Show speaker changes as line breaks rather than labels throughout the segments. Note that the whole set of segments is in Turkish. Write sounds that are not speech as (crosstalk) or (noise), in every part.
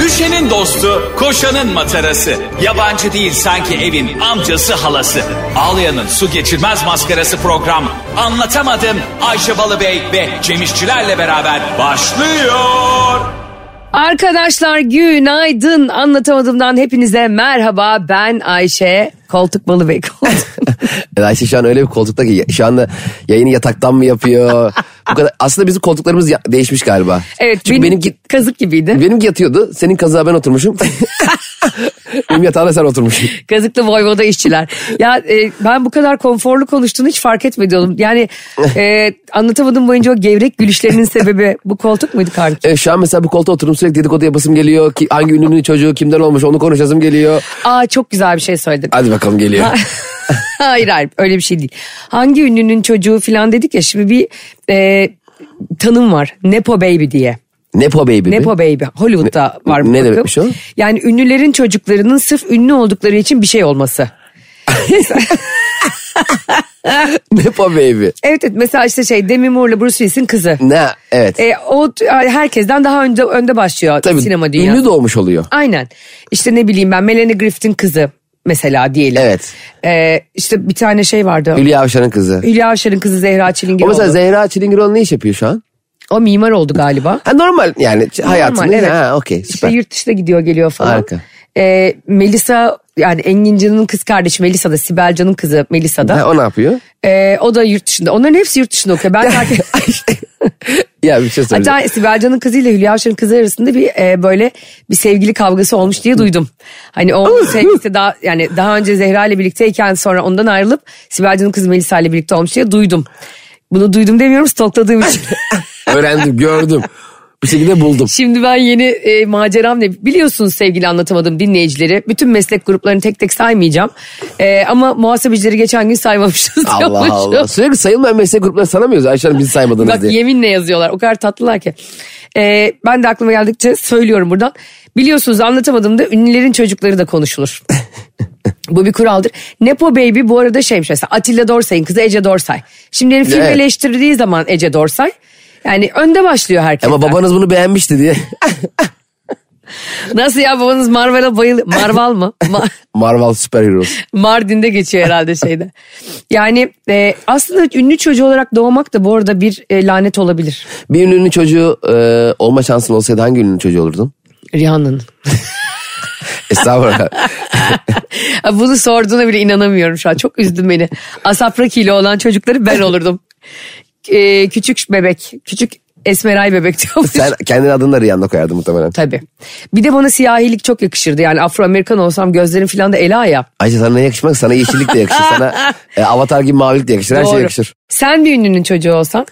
Düşenin dostu, koşanın matarası. Yabancı değil sanki evin amcası halası. Ağlayanın su geçirmez maskarası program. Anlatamadım Ayşe Balıbey ve Cemişçilerle beraber başlıyor.
Arkadaşlar günaydın. Anlatamadığımdan hepinize merhaba. Ben Ayşe. Koltuk balı bey koltuk.
(laughs) Evet, Ayşe şu an öyle bir koltukta ki şu anda yayını yataktan mı yapıyor? Bu kadar aslında bizim koltuklarımız ya- değişmiş galiba.
Evet
Çünkü
benim
benimki
kazık gibiydi.
benimki yatıyordu. Senin kazığa
(laughs)
ben oturmuşum. Benim yatağına sen oturmuşsun.
Kazıklı Voyvoda işçiler. Ya e, ben bu kadar konforlu konuştuğunu hiç fark etmiyordum. Yani e, anlatamadığım boyunca o gevrek gülüşlerinin sebebi bu koltuk muydu kardeşim?
Evet, şu an mesela bu koltuğa oturup sürekli dedikodu yapasım geliyor. Ki, hangi ünlünün çocuğu kimden olmuş onu konuşasım geliyor.
Aa çok güzel bir şey söyledin.
Hadi bakalım geliyor.
(laughs) hayır hayır öyle bir şey değil. Hangi ünlünün çocuğu falan dedik ya şimdi bir e, tanım var. Nepo Baby diye.
Nepo Baby mi?
Nepo Baby. Hollywood'da
Ne-
var bu
ne
bakım.
demekmiş o?
Yani ünlülerin çocuklarının sırf ünlü oldukları için bir şey olması.
(laughs) Nepo Baby.
Evet, evet mesela işte şey Demi Moore'la Bruce Willis'in kızı.
Ne? Evet.
E, o t- herkesten daha önde önde başlıyor
Tabii
sinema dünyası.
ünlü doğmuş oluyor.
Aynen. İşte ne bileyim ben Melanie Griffith'in kızı mesela diyelim.
Evet.
E, işte bir tane şey vardı.
Hülya Avşar'ın kızı.
Hülya Avşar'ın kızı Zehra Çilingir
O mesela
oldu.
Zehra Çilingiroğlu ne iş yapıyor şu an?
O mimar oldu galiba.
Ha, normal yani ç- hayatını.
Normal, evet.
Ha, okey
İşte
süper.
yurt dışına gidiyor geliyor falan.
Harika.
E, Melisa yani Engin Can'ın kız kardeşi Melisa da Sibel Can'ın kızı Melisa da.
Ha, o ne yapıyor?
Ee, o da yurt dışında. Onların hepsi yurt dışında okuyor.
(laughs)
Ben takip
Ya bir şey söyleyeceğim.
(laughs) Hatta Sibel Can'ın kızıyla Hülya Avşar'ın kızı arasında bir e, böyle bir sevgili kavgası olmuş diye duydum. Hani o sevgilisi daha yani daha önce Zehra ile birlikteyken sonra ondan ayrılıp Sibel Can'ın kızı Melisa ile birlikte olmuş diye duydum. Bunu duydum demiyorum stalkladığım için.
(laughs) Öğrendim, gördüm. Bir şekilde (laughs) buldum.
Şimdi ben yeni e, maceram ne biliyorsunuz sevgili anlatamadım dinleyicileri. Bütün meslek gruplarını tek tek saymayacağım. E, ama muhasebecileri geçen gün saymamışız.
Allah
diyormuşum.
Allah. Sürekli sayılmayan meslek grupları sanamıyoruz. Ayşe Hanım bizi saymadınız
Bak
diye.
yeminle yazıyorlar. O kadar tatlılar ki. Ee, ben de aklıma geldikçe söylüyorum buradan. Biliyorsunuz anlatamadığımda ünlülerin çocukları da
(laughs)
konuşulur. Bu bir kuraldır. Nepo Baby bu arada şeymiş mesela Atilla Dorsay'ın kızı Ece Dorsay. Şimdi yani film
Evet.
eleştirdiği zaman Ece Dorsay. Yani önde başlıyor herkes.
Ama babanız bunu beğenmişti diye. (laughs)
Nasıl ya babanız Marvel'a bayılıyor. Marvel mı?
(laughs)
Ma-
Marvel Super Heroes.
Mardin'de geçiyor herhalde şeyde. Yani e, aslında ünlü çocuğu olarak doğmak da bu arada bir e, lanet olabilir.
Bir ünlünün çocuğu e, olma şansın olsaydı hangi ünlünün çocuğu olurdun?
Rihanna'nın.
(laughs) Estağfurullah.
Ha, Bunu sorduğuna bile inanamıyorum şu an. Çok üzdün beni. Asafraki ile olan çocukları ben olurdum. Ee, küçük bebek. Küçük Esmeray bebek diyormuş.
Sen kendini adını da Rihanna koyardın muhtemelen.
Tabii. Bir de bana siyahilik çok yakışırdı. Yani Afro Amerikan olsam gözlerim falan da ela ya.
Ayşe sana ne yakışmak? Sana yeşillik de yakışır. Sana e, avatar gibi mavilik de yakışır. Her şey
Doğru.
yakışır.
Sen bir ünlünün çocuğu olsan.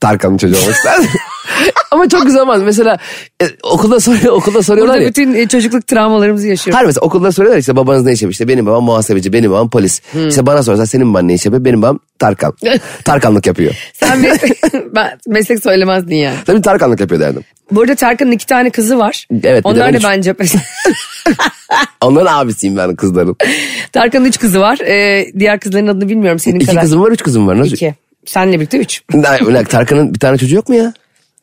Tarkan'ın çocuğu olmak isterdim. (laughs) Ama çok güzel olmaz. Mesela e, okulda, soruyor, okulda soruyorlar
Burada
ya.
bütün e, çocukluk travmalarımızı yaşıyoruz.
Hayır mesela okulda soruyorlar işte babanız ne iş yapıyor? İşte benim babam muhasebeci, benim babam polis.
Hmm.
İşte bana sorarsan senin baban ne iş yapıyor? Benim babam
(laughs)
Tarkan. Tarkanlık yapıyor.
Sen bir,
(laughs)
ben meslek söylemezdin yani.
Tabii Tarkanlık yapıyor derdim.
Bu arada Tarkan'ın iki tane kızı var.
Evet, bir de
Onlar
ben
da
üç.
bence...
Onların abisiyim ben kızların.
(laughs) Tarkan'ın üç kızı var. Ee, diğer kızların adını bilmiyorum senin
İki
kadar.
kızım var, üç kızım var. Nasıl?
İki. Senle birlikte üç.
Hayır, ulan Tarkan'ın bir tane çocuğu yok mu ya?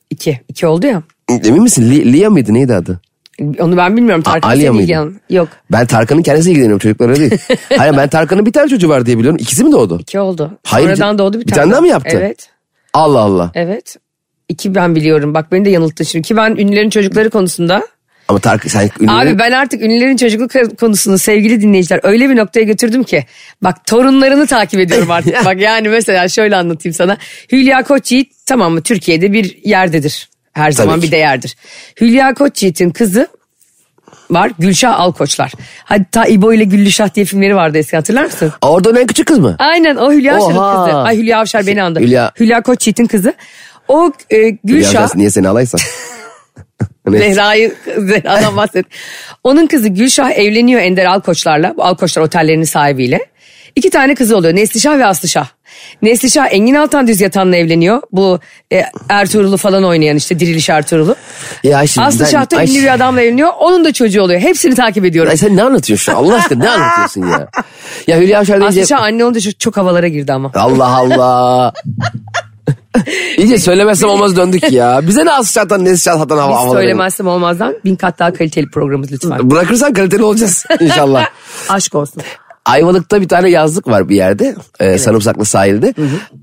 İki. İki oldu ya.
Emin misin? Li- Lia mıydı? Neydi adı?
Onu ben bilmiyorum. Tarkan
Alia
senin
mıydı?
ilgilen- Yok.
Ben Tarkan'ın kendisiyle ilgileniyorum
(laughs)
çocuklara değil. Hayır ben Tarkan'ın bir tane çocuğu var diye biliyorum. İkisi mi doğdu?
İki oldu.
Hayır,
Sonradan
bir-
doğdu bir,
bir tane daha mı yaptı?
Evet.
Allah Allah.
Evet. İki ben biliyorum. Bak beni de yanılttın şimdi. Ki ben ünlülerin çocukları konusunda.
Ama Tarkan sen ünlü-
Abi ben artık ünlülerin çocukluk konusunu sevgili dinleyiciler öyle bir noktaya götürdüm ki. Bak torunlarını takip
(laughs)
ediyorum artık. Bak yani mesela şöyle anlatayım sana. Hülya Koçyiğit tamam mı Türkiye'de bir yerdedir. Her zaman
ki.
bir değerdir. Hülya Koçyiğit'in kızı var Gülşah Alkoçlar. Hatta İbo ile Güllüşah diye filmleri vardı eski hatırlar mısın?
Orada olan en küçük kız mı?
Aynen o Hülya Avşar'ın
Oha. Şey,
kızı. Ay Hülya Avşar beni andı. Hülya,
Hülya-
Koçyiğit'in kızı. O e,
Hülya
Gülşah,
Avşar niye
(laughs)
seni alaysa? (laughs) Neyse.
Zehra'yı,
(laughs)
Zehra'dan bahset. Onun kızı Gülşah evleniyor Ender Alkoçlar'la. Bu Alkoçlar otellerinin sahibiyle. İki tane kızı oluyor Neslişah ve Aslışah. Neslişah Engin Altan Düz Yatan'la evleniyor. Bu e, Ertuğrul'u falan oynayan işte Diriliş Ertuğrul'u.
Ya Ayşe, ben-
Aslışah da ünlü
Ayşe-
bir adamla evleniyor. Onun da çocuğu oluyor. Hepsini takip ediyorum.
Ay sen ne anlatıyorsun şu an? Allah aşkına ne anlatıyorsun ya? Ya Hülya Avşar deyince...
Aslışah anne olunca çok, çok havalara girdi ama.
Allah Allah. İyice söylemezsem olmaz döndük ya. Bize ne asışattan ne sıçrattan hava
Biz
havaları.
söylemezsem olmazdan bin kat daha kaliteli programımız lütfen.
Bırakırsan kaliteli olacağız inşallah.
Aşk olsun.
Ayvalık'ta bir tane yazlık var bir yerde. e, Sarımsaklı sahilde.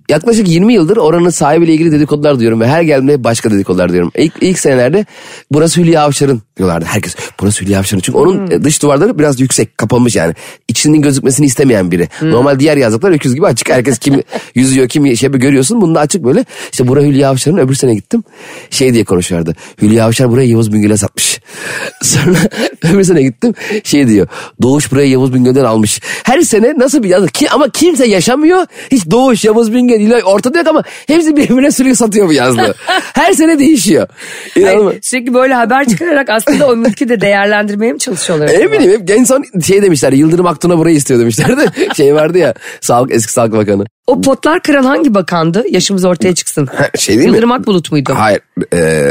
Yaklaşık 20 yıldır oranın sahibiyle ilgili dedikodular duyuyorum. Ve her geldiğimde başka dedikodular duyuyorum. İlk, ilk senelerde burası Hülya Avşar'ın diyorlardı. Herkes burası Hülya Avşar'ın. Çünkü onun e, dış duvarları biraz yüksek kapanmış yani. İçinin gözükmesini istemeyen biri. Normal diğer yazlıklar öküz gibi açık. Herkes kim yüzüyor kim şey yapıyor görüyorsun. Bunda açık böyle. İşte bura Hülya Avşar'ın öbür sene gittim. Şey diye konuşuyorlardı. Hülya Avşar buraya Yavuz Bingöl'e satmış. (laughs) Sonra öbür sene gittim. Şey diyor. Doğuş buraya Yavuz Bingöl'den almış. Her sene nasıl bir yazık. Ki, ama kimse yaşamıyor. Hiç Doğuş, Yavuz Bingöl, İlay ortada yok ama hepsi birbirine sürüyor satıyor bu (laughs) yazlığı. Her sene değişiyor.
Hayır,
İnanılmaz.
sürekli böyle haber çıkararak aslında o mülkü de değerlendirmeye mi
(laughs)
çalışıyorlar?
E,
acaba?
Ne bileyim hep en son şey demişler Yıldırım Aktun'a burayı istiyor demişler (laughs) de şey vardı ya sağlık eski sağlık bakanı.
O potlar kıran hangi bakandı? Yaşımız ortaya çıksın.
Şey değil mi?
Yıldırım Akbulut muydu?
Hayır e,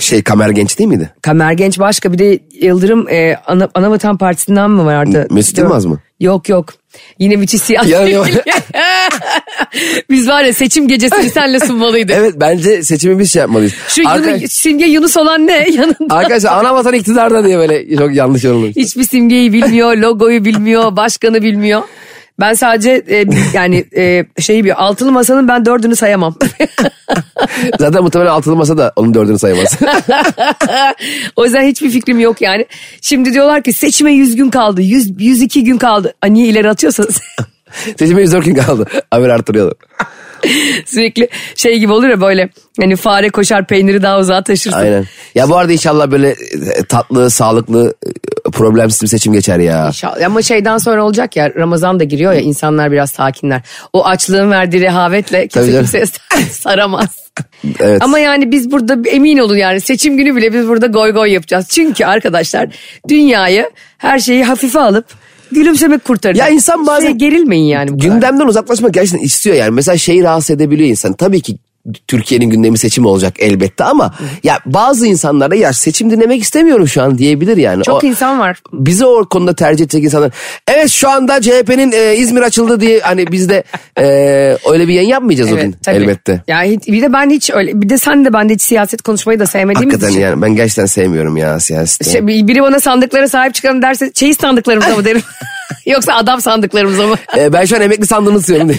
şey Kamer Genç değil miydi?
Kamer Genç başka bir de Yıldırım e, ana, Anavatan Partisi'nden mi vardı?
Mesut Yılmaz mı?
Yok yok. Yine müthiş siyasi.
Ya, ya.
(laughs) Biz var ya seçim gecesini senle sunmalıydık.
Evet bence seçimi biz şey yapmalıyız.
Şu Yunu-
Arka-
Simge Yunus olan ne (laughs) yanında?
Arkadaşlar ana vatan iktidarda diye böyle çok yanlış
(laughs)
yorumlamış.
Hiçbir simgeyi bilmiyor, logoyu bilmiyor, başkanı bilmiyor. Ben sadece e, yani e, şey bir altılı masanın ben dördünü sayamam. (laughs)
Zaten muhtemelen altılı masa da onun dördünü sayamaz.
o yüzden hiçbir fikrim yok yani. Şimdi diyorlar ki seçime 100 gün kaldı, 100, 102 gün kaldı. Aa, niye ileri atıyorsanız
Seçime 104 gün kaldı. Haber artırıyorlar.
(laughs) sürekli şey gibi olur ya böyle hani fare koşar peyniri daha uzağa taşırsın.
Aynen. Ya bu arada inşallah böyle e, tatlı, sağlıklı, e, problemsiz bir seçim geçer ya.
İnşallah. Ama şeyden sonra olacak ya Ramazan da giriyor ya insanlar biraz sakinler. O açlığın verdiği rehavetle kimse
Tabii canım.
kimseye (laughs) saramaz.
Evet.
Ama yani biz burada emin olun yani seçim günü bile biz burada goy goy yapacağız. Çünkü arkadaşlar dünyayı her şeyi hafife alıp gülümsemek kurtaracak.
Ya insan bazen-
Şeye gerilmeyin yani bu kadar.
Gündemden uzaklaşmak gerçekten istiyor yani. Mesela şeyi rahatsız edebiliyor insan. Tabii ki Türkiye'nin gündemi seçim olacak elbette ama ya bazı insanlar da ya seçim dinlemek istemiyorum şu an diyebilir yani.
Çok
O-
insan var.
bizi o konuda tercih edecek insanlar. Evet şu anda CHP'nin e, İzmir açıldı diye hani biz de e, öyle bir yayın yapmayacağız o gün
tabii.
elbette.
Ya hiç- bir de ben hiç öyle bir de sen de ben de hiç siyaset konuşmayı da sevmediğimiz
Hakikaten
için.
yani ben gerçekten sevmiyorum ya siyaseti.
Şey, biri bana sandıklara sahip çıkalım derse çeyiz sandıklarımıza mı derim? (laughs) Yoksa adam sandıklarımıza mı? (laughs)
E, ben şu an emekli sandığını istiyorum diye.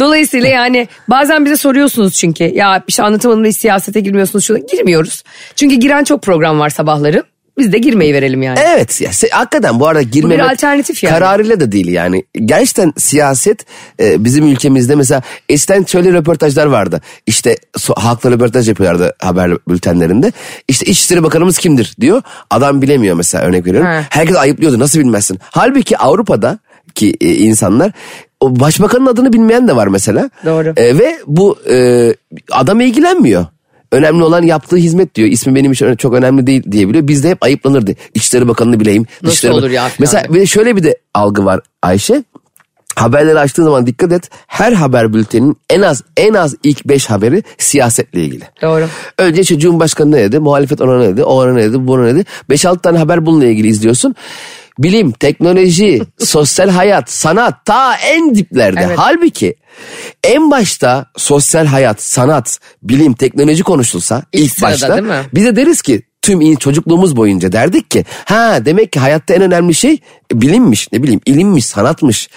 Dolayısıyla yani bazen bize soruyorsunuz çünkü ya bir şey anlatamadım da hiç siyasete girmiyorsunuz şuna girmiyoruz. Çünkü giren çok program var sabahları. Biz de girmeyi verelim yani.
evet ya se- hakikaten bu arada girmemek
alternatif yani.
kararıyla da değil yani. Gerçekten siyaset e, bizim ülkemizde mesela eskiden şöyle röportajlar vardı. İşte so- halkla röportaj yapıyorlardı haber bültenlerinde. İşte İçişleri Bakanımız kimdir diyor. Adam bilemiyor mesela örnek veriyorum.
He.
Herkes ayıplıyordu nasıl bilmezsin. Halbuki Avrupa'da ki e, insanlar o başbakanın adını bilmeyen de var mesela.
Doğru.
E, ve bu e, adam ilgilenmiyor. Önemli olan yaptığı hizmet diyor. İsmi benim için çok önemli değil diyebiliyor. Bizde hep ayıplanır diye. İçişleri Bakanı'nı bileyim.
Nasıl
Dışişleri Bak-
olur ya filan
Mesela bir de şöyle bir de algı var Ayşe. Haberleri açtığın zaman dikkat et. Her haber bülteninin en az en az ilk 5 haberi siyasetle ilgili.
Doğru.
Önce işte Cumhurbaşkanı ne dedi, muhalefet ona ne dedi, o ona ne dedi, bu ona ne dedi. 5-6 tane haber bununla ilgili izliyorsun. Bilim, teknoloji, (laughs) sosyal hayat, sanat ta en diplerde.
Evet.
Halbuki en başta sosyal hayat, sanat, bilim, teknoloji konuşulsa ilk,
İlk sırada,
başta
değil mi?
bize deriz ki tüm iyi çocukluğumuz boyunca derdik ki ha demek ki hayatta en önemli şey bilinmiş ne bileyim ilimmiş sanatmış.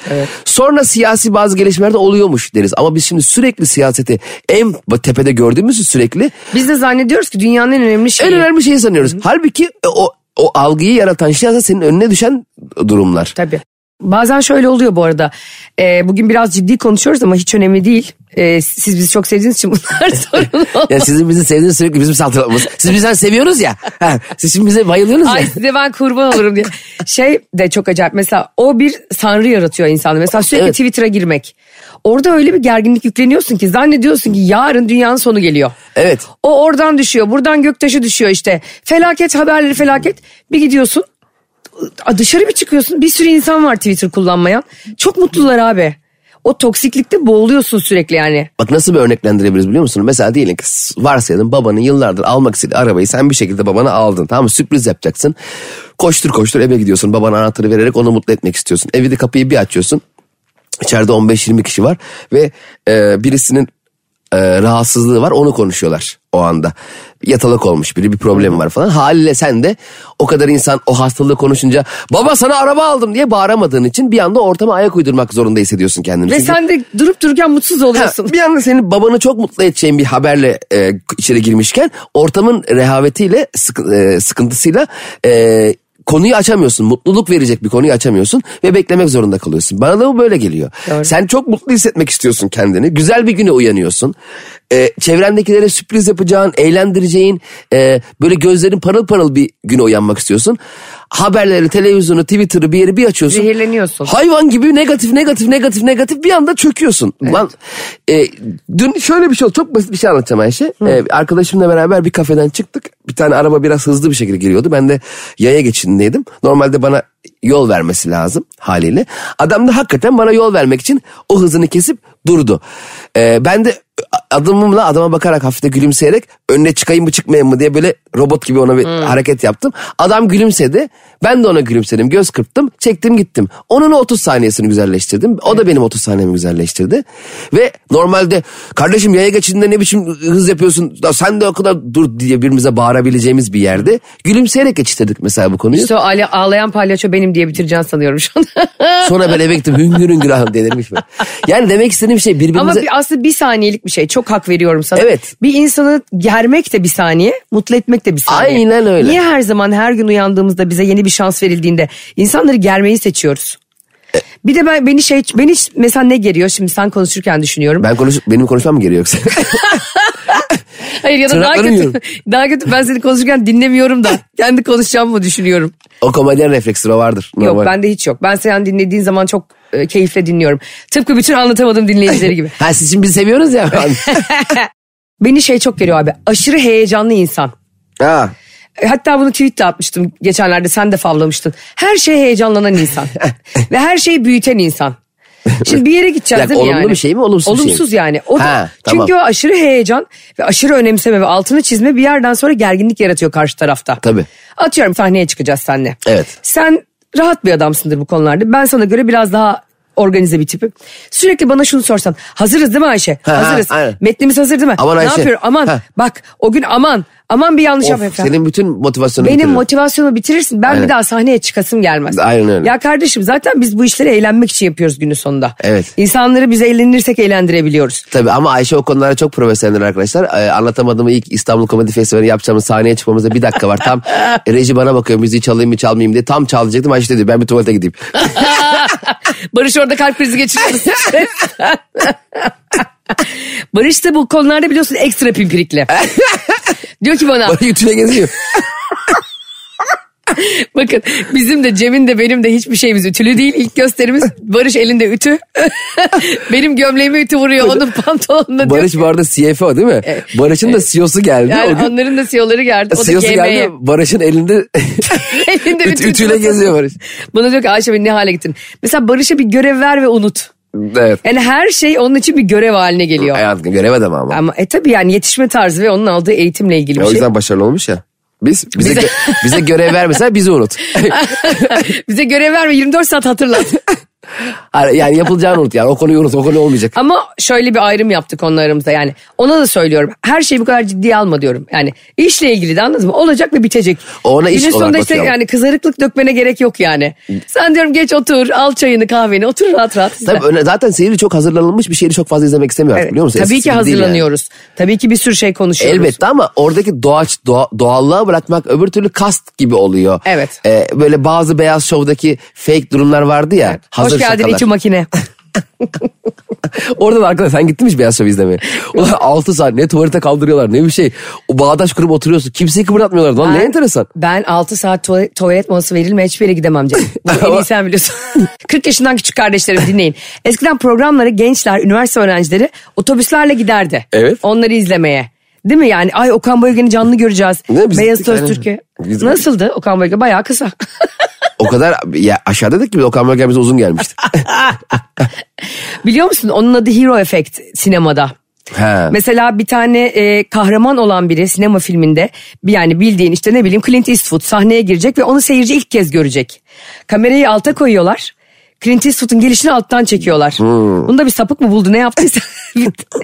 Sonra siyasi bazı gelişmeler de oluyormuş deriz ama biz şimdi sürekli siyaseti en tepede gördüğümüz için sürekli
Biz de zannediyoruz ki dünyanın en önemli
en
şeyi.
önemli şeyi sanıyoruz. Halbuki e, o o algıyı yaratan şey aslında senin önüne düşen durumlar.
Tabii. Bazen şöyle oluyor bu arada. Ee, bugün biraz ciddi konuşuyoruz ama hiç önemli değil. Ee, siz bizi çok sevdiğiniz için bunlar (laughs) sorun olmaz.
Ya sizin bizi sevdiğiniz sürekli bizim saltılamamız. Siz bizden seviyoruz ya. Ha, siz şimdi bize bayılıyorsunuz
Ay
ya.
size ben kurban olurum diye. Şey de çok acayip mesela o bir sanrı yaratıyor insanda. Mesela sürekli
Evet.
Twitter'a girmek. Orada öyle bir gerginlik yükleniyorsun ki zannediyorsun ki yarın dünyanın sonu geliyor.
Evet.
O oradan düşüyor buradan göktaşı düşüyor işte. Felaket haberleri felaket bir gidiyorsun a- dışarı bir çıkıyorsun bir sürü insan var Twitter kullanmayan. Çok mutlular abi. O toksiklikte boğuluyorsun sürekli yani.
Bak nasıl bir örneklendirebiliriz biliyor musun? Mesela diyelim ki varsayalım babanın yıllardır almak istediği arabayı sen bir şekilde babana aldın. Tamam mı? Sürpriz yapacaksın. Koştur koştur eve gidiyorsun. Babana anahtarı vererek onu mutlu etmek istiyorsun. Evi de kapıyı bir açıyorsun. İçeride 15-20 kişi var ve e, birisinin e, rahatsızlığı var onu konuşuyorlar o anda. Yatalak olmuş biri bir problemi var falan. Haliyle sen de o kadar insan o hastalığı konuşunca baba sana araba aldım diye bağıramadığın için bir anda ortama ayak uydurmak zorunda hissediyorsun kendini.
Ve
Çünkü-
sen de durup dururken mutsuz oluyorsun.
Ha, bir anda senin babanı çok mutlu edeceğin bir haberle e, içeri girmişken ortamın rehavetiyle sıkı- e, sıkıntısıyla e, konuyu açamıyorsun. Mutluluk verecek bir konuyu açamıyorsun ve beklemek zorunda kalıyorsun. Bana da bu böyle geliyor.
Doğru.
Sen çok mutlu hissetmek istiyorsun kendini. Güzel bir güne uyanıyorsun. E, çevrendekilere sürpriz yapacağın, eğlendireceğin, e, böyle gözlerin parıl parıl bir güne uyanmak istiyorsun. Haberleri, televizyonu, Twitter'ı bir yeri bir açıyorsun.
Zehirleniyorsun.
Hayvan gibi negatif negatif negatif negatif bir anda çöküyorsun. Lan, e, dün şöyle bir şey oldu. Çok basit bir şey anlatacağım Ayşe. E, arkadaşımla beraber bir kafeden çıktık. Bir tane araba biraz hızlı bir şekilde giriyordu. Ben de yaya geçidindeydim. Normalde bana yol vermesi lazım haliyle. Adam da hakikaten bana yol vermek için o hızını kesip durdu. E, ben de adımımla adama bakarak hafifte gülümseyerek önüne çıkayım mı çıkmayayım mı diye böyle robot gibi ona bir
Hmm.
hareket yaptım. Adam gülümsedi. Ben de ona gülümsedim. Göz kırptım. Çektim gittim. Onun o 30 saniyesini güzelleştirdim. O da benim 30 saniyemi güzelleştirdi. Ve normalde kardeşim yaya geçidinde ne biçim hız yapıyorsun? Ya sen de o kadar dur diye birbirimize bağırabileceğimiz bir yerde. Gülümseyerek geçiştirdik mesela bu konuyu.
İşte o ağlay- ağlayan palyaço benim diye bitireceğim sanıyorum şu an.
Sonra ben eve gittim hüngür hüngür ağladım delirmiş ben. Yani demek istediğim şey birbirimize...
Ama bir, aslında bir saniyelik bir şey. Çok hak veriyorum sana.
Evet.
Bir insanı germek de bir saniye, mutlu etmek de bir saniye.
Aynen öyle.
Niye her zaman her gün uyandığımızda bize yeni bir şans verildiğinde insanları germeyi seçiyoruz?
E-
Bir de ben beni şey beni mesela ne geriyor şimdi sen konuşurken düşünüyorum.
Ben konuş, benim konuşmam mı geliyor yoksa? (laughs)
Hayır ya da daha
Tırnaklarını
kötü, (laughs)
yiyorum.
daha kötü ben seni konuşurken dinlemiyorum
(laughs)
da kendi konuşacağımı düşünüyorum.
o komedyen refleksi o vardır.
Yok
normal.
bende hiç yok. Ben sen dinlediğin zaman çok e, keyifle dinliyorum. Tıpkı bütün anlatamadığım dinleyicileri
(laughs)
gibi.
Ha siz şimdi bizi seviyoruz ya.
Beni şey çok geliyor abi. Aşırı heyecanlı insan.
(laughs) ha.
E, Hatta bunu tweetle atmıştım geçenlerde sen de favlamıştın. Her şeye heyecanlanan
(laughs)
insan. Ve her şeyi büyüten insan. Şimdi bir yere gideceğiz
Bir dakika,
değil mi yani?
olumlu bir şey mi, olumsuz bir şey mi?
Olumsuz yani. O da,
Ha, tamam.
Çünkü o aşırı heyecan ve aşırı önemseme ve altını çizme bir yerden sonra gerginlik yaratıyor karşı tarafta.
Tabii.
Atıyorum sahneye çıkacağız seninle.
Evet.
Sen rahat bir adamsındır bu konularda. Ben sana göre biraz daha organize bir tipim. Sürekli bana şunu sorsan. Hazırız değil mi Ayşe?
Ha, ha,
Hazırız.
aynen.
Metnimiz hazır değil mi?
Aman
ne
Ayşe.
yapıyorum? Aman
Ha.
bak o gün aman. Aman bir yanlış
Of,
yapma falan.
senin bütün motivasyonunu
Benim
bitiririm.
motivasyonumu bitirirsin. Ben bir
Aynen.
daha sahneye çıkasım gelmez.
Aynen öyle.
Ya kardeşim zaten biz bu işleri eğlenmek için yapıyoruz günün sonunda.
Evet.
İnsanları biz eğlenirsek eğlendirebiliyoruz.
Tabii ama Ayşe o konulara çok profesyonel arkadaşlar. Ee, anlatamadığımı ilk İstanbul Komedi Festivali yapacağımız sahneye çıkmamıza bir dakika var. (laughs) Tam reji bana bakıyor müziği çalayım mı çalmayayım diye. Tam çalacaktım Ayşe de diyor ben bir tuvalete (laughs) gideyim.
Barış orada kalp krizi geçiriyor. (laughs) Barış da bu konularda biliyorsun ekstra
(laughs)
pimpirikli. Diyor ki bana
Bana ütüle (laughs) geziyor.
bakın bizim de Cem'in de benim de hiçbir şeyimiz ütülü değil. İlk gösterimiz Barış elinde ütü. (laughs) benim gömleğime ütü vuruyor onun pantolonuna diyor.
Barış bu arada CFO değil mi? Barış'ın da CEO'su geldi.
Yani
o gün
onların da CEO'ları geldi. O da E.
CEO'su
GM'ye.
geldi Barış'ın (laughs) elinde
Elinde
Üt-
ütü-
ütüyle geziyor Barış.
Bana diyor ki Ayşe beni ne hale getirdin? Mesela Barış'a bir görev ver ve unut.
Evet.
Yani her şey onun için bir görev haline geliyor.
Hayatım görev adamı ama.
Ama e tabii yani yetişme tarzı ve onun aldığı eğitimle ilgili bir
o
şey.
yüzden başarılı olmuş ya. Biz bize
Bize-
bize, bize görev vermesen bizi unut.
(laughs)
(laughs)
Bize görev ver ve 24 saat hatırlat.
Hayır, yani yapılacağını unut yani o konuyu unut o konu olmayacak.
Ama şöyle bir ayrım yaptık onunla aramızda yani. Ona da söylüyorum. Her şeyi bu kadar ciddiye alma diyorum. Yani işle ilgili de anladın mı? Olacak ve bitecek.
Ona iş
Günün
olarak
sonunda işte
bakıyorum.
yani kızarıklık dökmene gerek yok yani. Sen diyorum geç otur al çayını kahveni otur rahat rahat. izle.
Tabii öyle- zaten seyirci çok hazırlanılmış bir şeyi çok fazla izlemek istemiyor artık
Evet,
biliyor musun?
Tabii
Eskisi
ki
gibi değil yani.
hazırlanıyoruz. Tabii ki bir sürü şey konuşuyoruz.
Elbette ama oradaki doğaç doğa- doğallığa bırakmak öbür türlü kast gibi oluyor.
Evet.
Ee, böyle bazı beyaz şovdaki fake durumlar vardı ya. Hazır
Hoş geldin
şakalar.
iki makine.
Orada da arkadaş sen gittin mi hiç beyaz şov izlemeye?
(laughs)
Ulan 6 saat ne tuvalete kaldırıyorlar ne bir şey. O bağdaş kurup oturuyorsun. Kimseyi kıpırdatmıyorlar. Lan (laughs) ne enteresan.
Ben 6 saat tuvalet, tuvalet molası verilme hiçbir yere gidemem
(laughs)
canım. Bunu en iyi sen biliyorsun. (laughs) 40 yaşından küçük kardeşlerim dinleyin. Eskiden programlara gençler, üniversite öğrencileri otobüslerle giderdi.
Evet.
Onları izlemeye. Değil mi yani? Ay Okan Bayülgen'i canlı göreceğiz.
Ne, biz
Beyaz
gittik, aynen.
Öztürk'ü.
Biz-
Nasıldı Okan Bayülgen? Bayağı kısa. (laughs)
O kadar ya aşağıdaydık ki biz Okan Bölgen bize
(laughs)
uzun gelmişti.
Biliyor musun onun adı Hero Effect sinemada.
He.
Mesela bir tane e, kahraman olan biri sinema filminde bir yani bildiğin işte ne bileyim Clint Eastwood sahneye girecek ve onu seyirci ilk kez görecek. Kamerayı alta koyuyorlar. Clint Eastwood'un gelişini alttan çekiyorlar. Bunda bir sapık mı buldu ne yaptıysa.
Hmm. (laughs)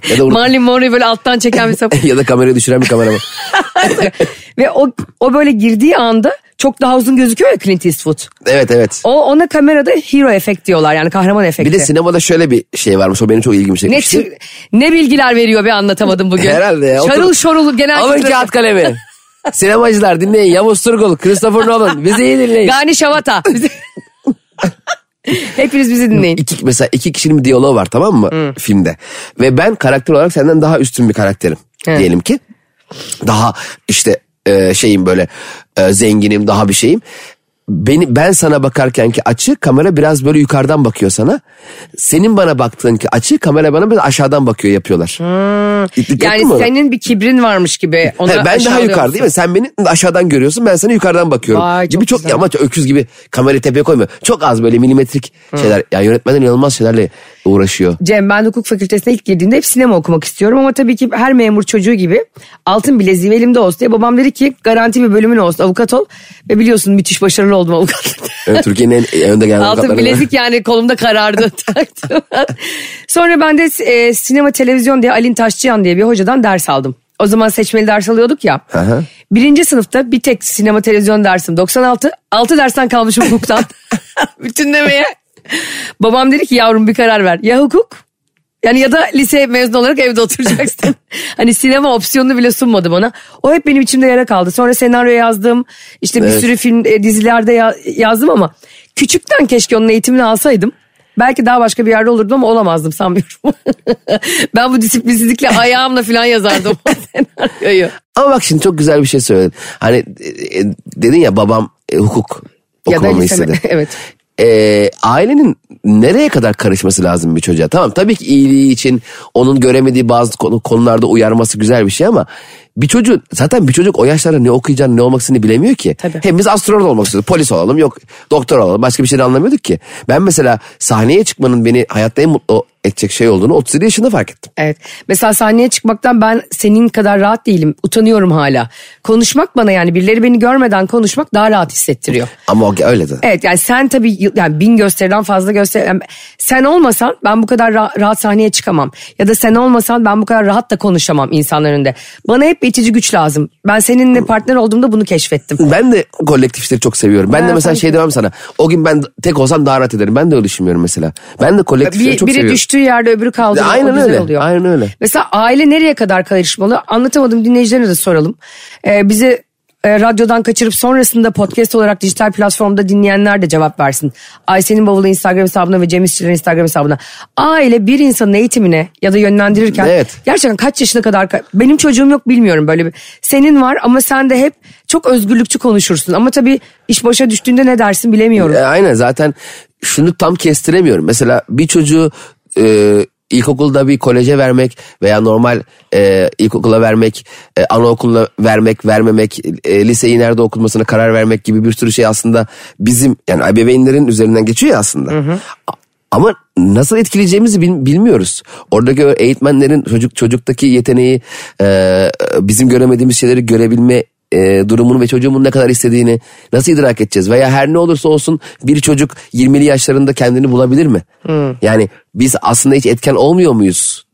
Ya da unut-
Marilyn Monroe'yu böyle alttan çeken bir
(laughs)
sapık.
(laughs) ya da kamerayı düşüren
(laughs)
bir kameraman.
Ve o, o böyle girdiği anda çok daha uzun gözüküyor ya Clint Eastwood.
evet evet.
O ona kamerada hero efekt diyorlar yani kahraman efekti.
Bir de sinemada şöyle bir şey varmış. O benim çok ilgimi
ne,
çekmişti.
tür- ne bilgiler veriyor be anlatamadım bugün.
(laughs) Herhalde ya.
Şarıl
Otur-
şorul genel
Alın
kültür- (laughs)
kağıt kalemi. Sinemacılar dinleyin. Yavuz Turgul, Christopher Nolan. Bizi iyi dinleyin.
Gani
(laughs)
Şavata. Bizi- Hepiniz bizi dinleyin.
İki, mesela iki kişinin bir diyaloğu var tamam mı
Hmm.
filmde. Ve ben karakter olarak senden daha üstün bir karakterim.
Evet.
Diyelim ki. Daha işte e, şeyim böyle e, zenginim daha bir şeyim. Beni, ben sana bakarken ki açı kamera biraz böyle yukarıdan bakıyor sana. Senin bana baktığın ki açı kamera bana biraz aşağıdan bakıyor yapıyorlar. Dikkat ettin mi
Hmm. Yani
ona?
senin bir kibrin varmış gibi. Ona
He, ben daha
aşağılıyorsun.
yukarı değil mi? Sen beni aşağıdan görüyorsun ben sana yukarıdan bakıyorum.
Vay, çok
gibi çok
güzel.
ama öküz gibi kamerayı tepeye koymuyor. Çok az böyle milimetrik şeyler. Yani yönetmenden inanılmaz şeylerle
(laughs)
uğraşıyor.
Cem ben hukuk fakültesine ilk girdiğimde hep sinema okumak istiyorum ama tabii ki her memur çocuğu gibi altın bileziğim elimde olsun diye babam dedi ki garanti bir bölümün olsun avukat ol ve biliyorsun müthiş başarılı oldum avukat.
Evet, Türkiye'nin en önde gelen
Altın
avukatlarından.
bilezik yani kolumda
(laughs)
karardı. (laughs) Sonra ben de e, sinema televizyon diye Alin Taşçıyan diye bir hocadan ders aldım. O zaman seçmeli ders alıyorduk ya.
hı.
Birinci sınıfta bir tek sinema televizyon dersim 96. 6 dersten kalmışım
(laughs)
hukuktan. (laughs) Bütünlemeye. Babam dedi ki yavrum bir karar ver. Ya hukuk yani ya da lise mezunu olarak evde (laughs) oturacaksın. hani sinema opsiyonunu bile sunmadı bana. O hep benim içimde yara kaldı. Sonra senaryo yazdım. İşte bir
Evet.
sürü film e, dizilerde ya- yazdım ama küçükten keşke onun eğitimini alsaydım. Belki daha başka bir yerde olurdum ama olamazdım sanmıyorum. (laughs) ben bu disiplinsizlikle ayağımla falan yazardım o (laughs) senaryoyu.
Ama bak şimdi çok güzel bir şey söyledin. Hani e, e, dedin ya babam e, hukuk
Ya da
okumamı
liseme-
istedi.
(laughs) evet.
E, ailenin nereye kadar karışması lazım bir çocuğa? Tamam tabii ki iyiliği için onun göremediği bazı konu- konularda uyarması güzel bir şey ama bir çocuğun zaten bir çocuk o yaşlarda ne okuyacağını ne olmak istediğini bilemiyor ki.
Tabii.
Hepimiz astronot olmak istiyoruz. Polis olalım yok doktor olalım başka bir şey de anlamıyorduk ki. Ben mesela sahneye çıkmanın beni hayatta en mutlu edecek şey olduğunu 37 yaşında fark ettim.
Evet. Mesela sahneye çıkmaktan ben senin kadar rahat değilim. Utanıyorum hala. Konuşmak bana yani birileri beni görmeden konuşmak daha rahat hissettiriyor.
Ama o öyle de.
Evet yani sen tabii yıl- yani bin gösteriden fazla göster. yani sen olmasan ben bu kadar ra- rahat sahneye çıkamam. Ya da sen olmasan ben bu kadar rahat da konuşamam insanların önünde. Bana hep bir itici güç lazım. Ben seninle partner olduğumda bunu keşfettim.
Ben de kolektif işleri çok seviyorum. Ben
Ha,
de mesela
sanki.
şey demem sana. O gün ben tek olsam daha rahat ederim. Ben de öyle düşünmüyorum mesela. Ben de kolektif işleri
Bir,
çok
biri
seviyorum.
düştüğü yerde öbürü kaldırıyor.
Aynen
O güzel
öyle,
Oluyor.
aynen öyle.
Mesela aile nereye kadar karışmalı? Anlatamadım dinleyicilerine de soralım. Ee, bizi e, radyodan kaçırıp sonrasında podcast olarak dijital platformda dinleyenler de cevap versin. Ayşe'nin bavulu Instagram hesabına ve Cem İşçilerin Instagram hesabına. Aile bir insanın eğitimine ya da yönlendirirken
Evet.
gerçekten kaç yaşına kadar ka- benim çocuğum yok bilmiyorum böyle bir. Senin var ama sen de hep çok özgürlükçü konuşursun ama tabii iş başa düştüğünde ne dersin bilemiyorum.
E, aynen zaten şunu tam kestiremiyorum. Mesela bir çocuğu e, ilkokulda bir koleje vermek veya normal e, ilkokula vermek, e, anaokuluna vermek, vermemek, e, liseyi nerede okunmasına karar vermek gibi bir sürü şey aslında bizim yani ebeveynlerin üzerinden geçiyor ya aslında. A- Ama nasıl etkileyeceğimizi bil- bilmiyoruz. Oradaki o eğitmenlerin çocuk çocuktaki yeteneği, e, bizim göremediğimiz şeyleri görebilme e, durumunu ve çocuğumun ne kadar istediğini nasıl idrak edeceğiz? Veya her ne olursa olsun bir çocuk 20'li yaşlarında kendini bulabilir mi? Yani biz aslında hiç etken olmuyor muyuz?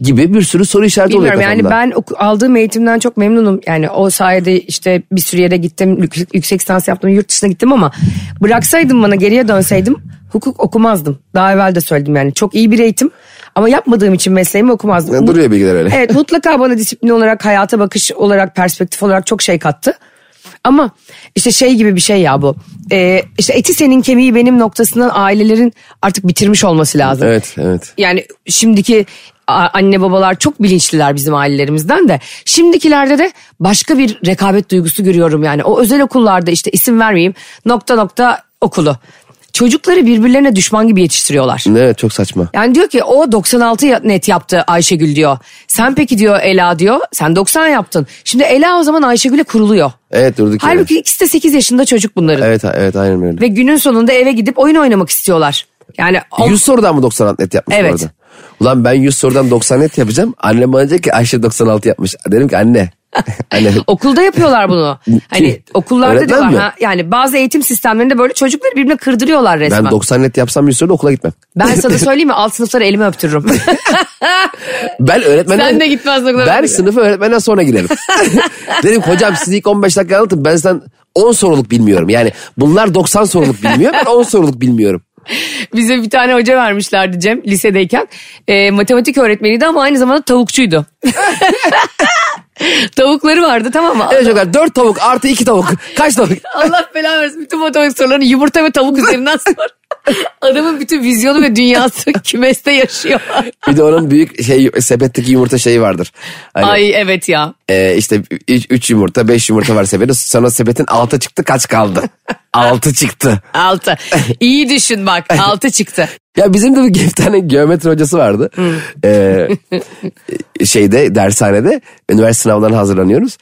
Gibi bir sürü soru işareti oluyor
Bilmiyorum yani
kafamda.
ben oku- aldığım eğitimden çok memnunum. Yani o sayede işte bir sürü yere gittim, yük- yüksek lisans yaptım, yurt dışına gittim ama bıraksaydım bana geriye dönseydim hukuk okumazdım. Daha evvel de söyledim yani çok iyi bir eğitim ama yapmadığım için mesleğimi okumazdım.
Ya duruyor bilgiler öyle.
Evet mutlaka bana disiplin olarak, hayata bakış olarak, perspektif olarak çok şey kattı. Ama işte şey gibi bir şey ya bu. Ee, işte eti senin kemiği benim noktasından ailelerin artık bitirmiş olması lazım
Evet, evet.
yani şimdiki a- anne babalar çok bilinçliler bizim ailelerimizden de. Şimdikilerde de başka bir rekabet duygusu görüyorum yani. O özel okullarda işte isim vermeyeyim nokta nokta okulu. Çocukları birbirlerine düşman gibi yetiştiriyorlar.
Evet, çok saçma.
Yani diyor ki o 96 ya- net yaptı Ayşegül diyor. Sen peki diyor Ela diyor. Sen 90 yaptın. Şimdi Ela o zaman Ayşegül'e kuruluyor.
Evet, durduk yere.
Halbuki ikisi de 8 yaşında çocuk bunların.
Evet, evet, aynen öyle.
Ve günün sonunda eve gidip oyun oynamak istiyorlar. Yani o-
100 sorudan mı 90 net yapmış
Evet.
bu arada? Ulan ben 100 sorudan 90 net yapacağım. Annem bana diyecek ki Ayşe 96 yapmış. Derim ki anne Hani-
Okulda yapıyorlar
(laughs)
bunu. Hani okullarda
Öğretmen
diyorlar.
mi?
Ha, yani bazı eğitim sistemlerinde böyle çocukları birbirine kırdırıyorlar resmen.
Ben
Ben,
90 net yapsam bir süre okula gitmem. (laughs)
sana söyleyeyim mi alt sınıfları elime öptürürüm.
Ben öğretmenden...
Sen de gitmezdin okula.
Ben sınıfı öğretmenden
(laughs)
sonra girerim. Dedim hocam siz ilk 15 dakika anlatın ben sizden 10 soruluk bilmiyorum. Yani bunlar 90 soruluk bilmiyor ben 10 soruluk bilmiyorum.
Bize bir tane hoca vermişlerdi Cem lisedeyken. Ee, matematik öğretmeniydi ama aynı zamanda tavukçuydu. (laughs) Tavukları vardı tamam mı?
Evet çocuklar 4 tavuk artı 2 tavuk. Kaç tavuk?
Allah belanı versin bütün matematik sorularını yumurta ve tavuk üzerinden sor.
(laughs)
Adamın bütün vizyonu ve dünyası kümeste yaşıyor.
Bir de onun büyük şey sepetteki yumurta şeyi vardır. Hani,
Ay evet ya.
e, işte 3 yumurta 5 yumurta var sepette sonra sepetin 6 çıktı kaç kaldı? 6 çıktı.
Altı. İyi düşün bak. Altı çıktı.
Ya bizim de bir ge- (laughs) tane geometri hocası vardı. Ee, e, şeyde dershanede üniversite sınavlarına hazırlanıyoruz.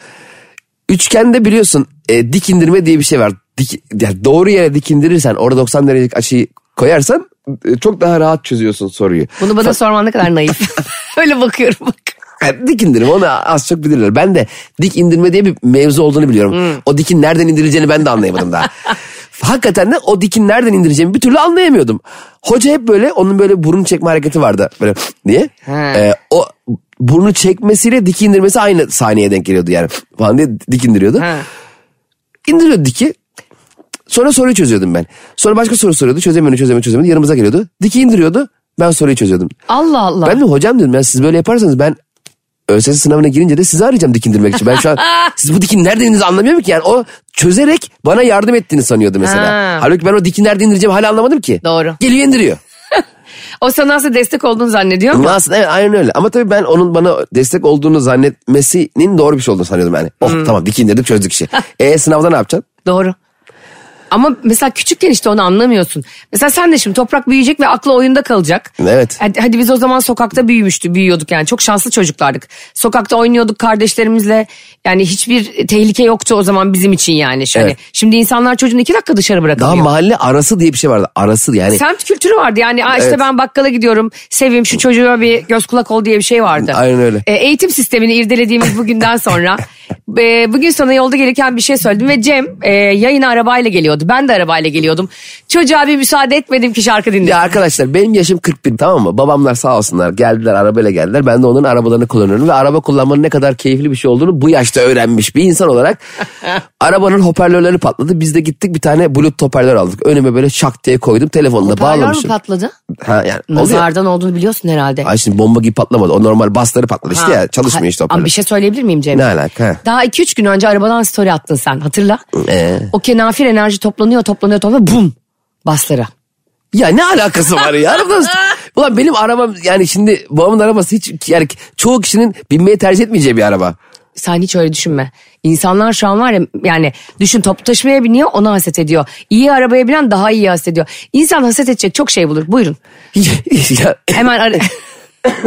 Üçgende biliyorsun e, dik indirme diye bir şey var. Dik, ya doğru yere dik indirirsen orada 90 derecelik açıyı koyarsan e, çok daha rahat çözüyorsun soruyu.
Bunu bana sorman ne kadar
(laughs)
naif. Öyle bakıyorum bak.
Yani dik indirim onu az çok bilirler. Ben de dik indirme diye bir mevzu olduğunu biliyorum. O dikin nereden indireceğini ben de anlayamadım daha. Hakikaten de o dikin nereden indireceğimi bir türlü anlayamıyordum. Hoca hep böyle onun böyle burun çekme hareketi vardı. Böyle diye.
Ha.
Ee, o burnu çekmesiyle dik indirmesi aynı saniyeye denk geliyordu yani. Falan diye dik indiriyordu.
Ha.
İndiriyordu diki. Sonra soruyu çözüyordum ben. Sonra başka soru soruyordu. Çözemiyordu, çözemiyordu, çözemiyordu. Yanımıza geliyordu. Diki indiriyordu. Ben soruyu çözüyordum.
Allah Allah.
Ben de hocam dedim ya siz böyle yaparsanız ben ÖSS sınavına girince de sizi arayacağım dikindirmek için. Ben
(laughs)
şu an siz bu dikin nereden indiğinizi anlamıyorum ki. Yani o çözerek bana yardım ettiğini sanıyordu mesela.
Ha.
Halbuki ben o dikin nereden indireceğimi hala anlamadım ki.
Doğru.
Geliyor indiriyor.
O sana aslında destek olduğunu zannediyor
Ama
mu?
aslında evet, aynen öyle. Ama tabii ben onun bana destek olduğunu zannetmesinin doğru bir şey olduğunu sanıyordum yani. Oh
Hmm.
tamam dik indirdim
(laughs)
çözdük işi. e sınavda ne yapacaksın?
Doğru. Ama mesela küçükken işte onu anlamıyorsun. Mesela sen de şimdi toprak büyüyecek ve aklı oyunda kalacak.
Evet.
Hadi, hadi biz o zaman sokakta büyümüştü, büyüyorduk yani. Çok şanslı çocuklardık. Sokakta oynuyorduk kardeşlerimizle. Yani hiçbir tehlike yoktu o zaman bizim için yani. Şöyle.
Evet.
Şimdi insanlar çocuğunu iki dakika dışarı
Daha
bırakamıyor.
mahalle arası diye bir şey vardı. Arası yani.
Semt kültürü vardı yani Aa işte
Evet.
ben bakkala gidiyorum sevim şu çocuğa bir göz kulak ol diye bir şey vardı.
Aynen öyle.
E, eğitim sistemini irdelediğimiz bugünden sonra e, bugün sana yolda gelirken bir şey söyledim ve Cem e, yayına arabayla geliyordu ben de arabayla geliyordum. Çocuğa bir müsaade etmedim ki şarkı dinle.
Ya arkadaşlar benim yaşım 41 tamam mı? Babamlar sağ olsunlar geldiler arabayla geldiler. Ben de onların arabalarını kullanıyorum ve araba kullanmanın ne kadar keyifli bir şey olduğunu bu yaşta öğrenmiş bir
(laughs)
insan olarak arabanın hoparlörleri patladı. Biz de gittik bir tane bluetooth hoparlör aldık. Önüme böyle şak diye koydum telefonla
Hoparlör mü
bağlamışım.
patladı?
ha yani oluyor.
Nazardan olduğunu biliyorsun herhalde.
Ay şimdi bomba gibi patlamadı. O normal basları patladı işte
Ha.
ya çalışmıyor işte
Ha, Ama
hoparlör.
bir şey söyleyebilir miyim Cem?
Ne alaka? ha?
Daha 2-3 gün önce arabadan story attın sen hatırla.
Ee?
O kenafir enerji toplanıyor toplanıyor toplanıyor bum baslara.
Ya ne alakası var ya? Arabadan,
(laughs)
ulan benim arabam yani şimdi babamın arabası hiç yani çoğu kişinin binmeyi tercih etmeyeceği bir araba. (laughs)
Sen hiç öyle düşünme. İnsanlar şu an var ya yani düşün toplu taşımaya biniyor ona haset ediyor. İyi arabaya binen daha iyi haset ediyor. İnsan haset edecek çok şey bulur. Buyurun.
ya,
Hemen ara... (laughs)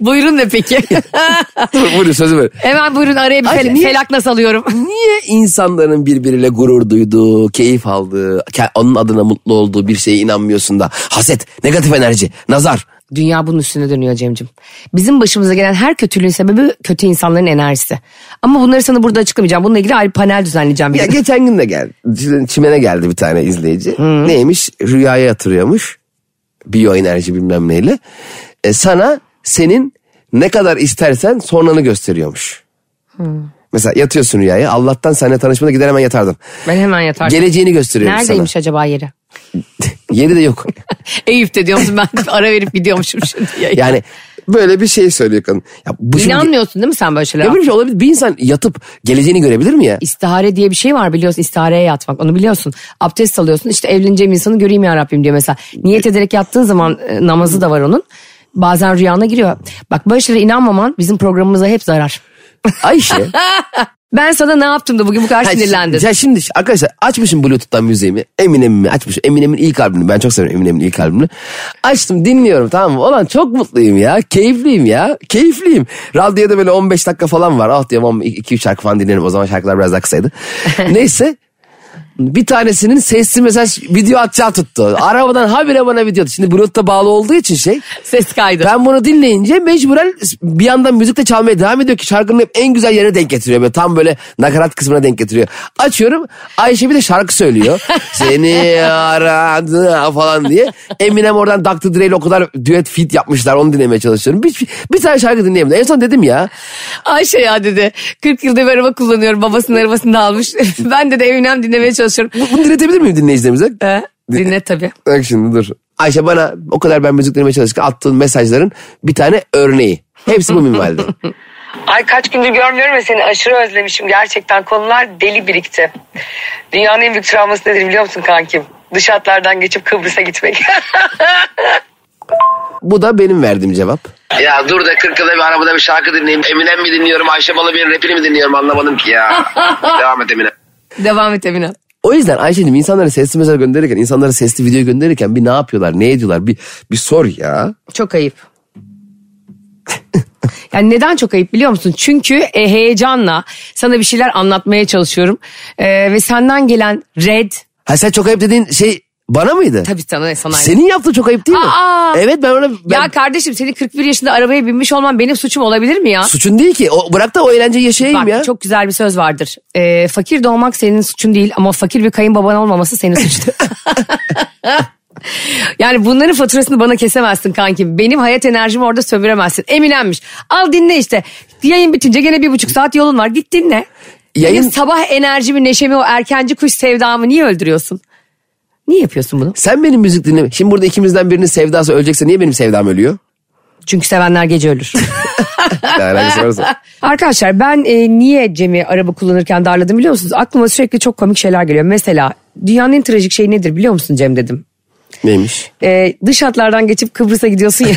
buyurun ne peki? (laughs)
buyurun sözü böyle.
Hemen buyurun araya bir
Ay,
fel-
niye-
felak nasıl alıyorum?
Niye insanların birbiriyle gurur duyduğu, keyif aldığı, ke- onun adına mutlu olduğu bir şeye inanmıyorsun da haset, negatif enerji, nazar.
Dünya bunun üstüne dönüyor Cem'cim. Bizim başımıza gelen her kötülüğün sebebi kötü insanların enerjisi. Ama bunları sana burada açıklamayacağım. Bununla ilgili ayrı panel düzenleyeceğim. bir
Ya
gün.
geçen gün de geldi. Çi- Çimene geldi bir tane izleyici. Neymiş? Rüyaya yatırıyormuş. Biyoenerji bilmem neyle. E, sana senin ne kadar istersen sonranı gösteriyormuş. Mesela yatıyorsun rüyaya. Allah'tan seninle tanışmada gider hemen yatardın.
Ben hemen yatarım.
Geleceğini gösteriyormuş
Neredeymiş acaba yeri?
sana. Yeri de yok.
Eyüp'te diyormuşum ben (laughs) ara verip gidiyormuşum şimdi.
Yani
(laughs)
böyle bir şey söylüyor kadın. Ya bu şimdi-
İnanmıyorsun değil mi sen böyle şeylere?
Ya böyle bir şey olabilir. Bir insan yatıp geleceğini görebilir mi ya?
İstihare diye bir şey var biliyorsun istihareye yatmak onu biliyorsun. Abdest alıyorsun işte evleneceğim insanı göreyim ya Rabbim diyor mesela. Niyet ederek yattığın zaman e, namazı da var onun. Bazen rüyana giriyor. Bak böyle şeylere inanmaman bizim programımıza hep zarar.
Ayşe.
Ben sana ne yaptım da bugün bu kadar
Ya
sinirlendin.
şimdi- Ya şimdi arkadaşlar açmışım Bluetooth'tan müziğimi. Eminem'i açmışım. Eminem'in ilk albümünü. Ben çok seviyorum Eminem'in ilk albümünü. Açtım dinliyorum tamam mı? Ulan çok mutluyum ya. Keyifliyim ya. Keyifliyim. Radyoda böyle 15 dakika falan var. Ah diyorum 2-3 şarkı falan dinlerim. O zaman şarkılar biraz daha kısaydı. Neyse. bir tanesinin sesli mesaj video atacağı tuttu. Arabadan habire bana video attı. Şimdi Bluetooth'a bağlı olduğu için şey.
Ses kaydı.
Ben bunu dinleyince mecburen bir yandan müzik de çalmaya devam ediyor ki şarkının hep en güzel yerine denk getiriyor. Böyle tam böyle nakarat kısmına denk getiriyor. Açıyorum Ayşe bir de şarkı söylüyor. Seni aradı falan diye. Eminem oradan Dr. Dre ile o kadar düet fit yapmışlar onu dinlemeye çalışıyorum. Bir, bir tane şarkı dinleyemedim. En son dedim ya.
Ayşe ya dedi. 40 yılda bir araba kullanıyorum. Babasının arabasını da almış. (laughs) ben de de Eminem dinlemeye çalışıyorum.
bu- Bunu dinletebilir miyim dinleyicilerimize?
He, dinle tabii.
Bak şimdi dur. Ayşe bana o kadar ben müzik dinlemeye çalışırken attığın mesajların bir tane örneği. Hepsi bu minvalde.
Ay kaç gündür görmüyorum ve seni aşırı özlemişim. Gerçekten konular deli birikti. Dünyanın en büyük travması nedir biliyor musun kankim? Dış hatlardan geçip Kıbrıs'a gitmek.
bu da benim verdiğim cevap.
Ya dur da 40 yılda bir arabada bir şarkı dinleyeyim. Eminem mi dinliyorum, Ayşe Balıbey'in rapini mi dinliyorum anlamadım ki
(laughs)
ya. Devam et Eminem.
Devam et Eminem.
O yüzden Ayşe'cim insanlara sesli mesaj gönderirken, insanlara sesli video gönderirken bir ne yapıyorlar, ne ediyorlar bir, bir sor ya.
Çok ayıp. (laughs) Yani neden çok ayıp biliyor musun? Çünkü e, heyecanla sana bir şeyler anlatmaya çalışıyorum. E, ve senden gelen red
Ha sen çok ayıp dediğin şey bana mıydı?
tabii sana ne sana
Senin yaptığın çok ayıp değil mi?
Aa!
Evet ben ona... ben-
Ya kardeşim senin 41 yaşında arabaya binmiş olman benim suçum olabilir mi ya?
Suçun değil ki. O, bırak da o eğlenceyi yaşayayım
Bak
ya.
çok güzel bir söz vardır. E, fakir doğmak senin suçun değil ama fakir bir kayınbaban olmaması senin suçun. (laughs) yani bunların faturasını bana kesemezsin kankim. Benim hayat enerjimi orada sömüremezsin. Eminenmiş. Al dinle işte. Yayın bitince gene bir buçuk saat yolun var. Git dinle.
Yayın-
Benim sabah enerjimi, neşemi, o erkenci kuş sevdamı niye öldürüyorsun? Niye yapıyorsun bunu?
Sen benim müzik dinleme. Şimdi burada ikimizden birinin sevdası ölecekse niye benim
(laughs)
sevdam ölüyor?
Çünkü sevenler gece ölür.
Ne alakası varsa.
(laughs) Arkadaşlar ben e, niye Cem'i araba kullanırken darladım biliyor musunuz? Aklıma sürekli çok komik şeyler geliyor. Mesela dünyanın en trajik şeyi nedir biliyor musun Cem dedim.
Neymiş?
E, dış hatlardan geçip Kıbrıs'a gidiyorsun ya.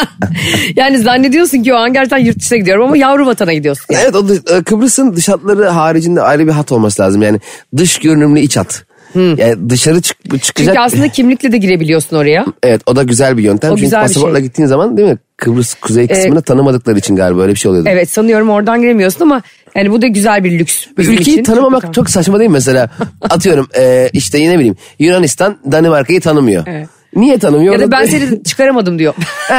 (laughs) yani zannediyorsun ki o an gerçekten yurt dışına gidiyorum ama yavru vatana gidiyorsun. Yani.
Evet o dış- e, Kıbrıs'ın dış hatları haricinde ayrı bir hat olması lazım. Yani dış görünümlü iç hat. Yani dışarı çık, çıkacak.
Hmm. Çünkü aslında kimlikle de girebiliyorsun oraya.
Evet o da güzel bir yöntem.
O
Çünkü
güzel bir
pasaportla
şey. Ee,
gittiğin zaman değil mi? Kıbrıs kuzey kısmını tanımadıkları için galiba öyle bir şey oluyordu.
Evet sanıyorum oradan giremiyorsun ama yani bu da güzel bir lüks. bizim
Ülkeyi
için.
tanımamak
güzel.
çok, saçma değil
(laughs)
mi mesela? Atıyorum e, işte yine bileyim Yunanistan Danimarka'yı tanımıyor.
Evet.
Niye tanımıyor?
Ya da
Orada- (laughs)
ben seni çıkaramadım diyor. (laughs)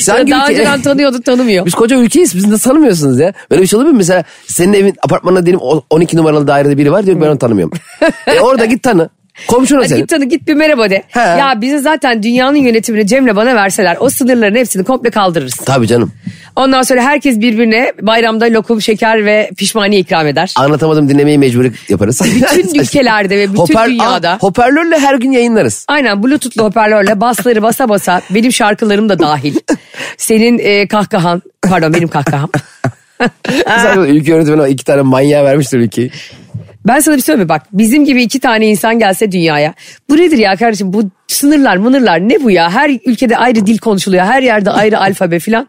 Sen
Ya daha
gidip-
önceden tanıyordu tanımıyor.
Biz koca ülkeyiz biz nasıl tanımıyorsunuz ya? Böyle bir şey olabilir mi? Mesela senin evin apartmanında diyelim o- 12 numaralı dairede biri var diyor ki ben
(laughs)
onu tanımıyorum. e orada git tanı. Komşuna
Hadi
senin.
git tanı git bir merhaba de.
He.
Ya bize zaten dünyanın yönetimini Cem'le bana verseler o sınırların hepsini komple kaldırırız.
Tabii canım.
Ondan sonra herkes birbirine bayramda lokum, şeker ve pişmaniye ikram eder.
Anlatamadım dinlemeyi mecburi yaparız. (laughs)
Bütün ülkelerde ve bütün dünyada.
Aa, hoparlörle her
(laughs)
gün yayınlarız.
Aynen bluetoothlu hoparlörle basları basa basa benim şarkılarım da dahil. Senin e, kahkahan, pardon benim kahkaham.
Mesela ülke yönetimine iki tane manyağı vermiştir ülkeyi.
Ben sana bir şey söyleyeyim mi? bak bizim gibi iki tane insan gelse dünyaya. Bu nedir ya kardeşim bu sınırlar mınırlar ne bu ya? Her ülkede ayrı dil konuşuluyor her yerde ayrı alfabe filan.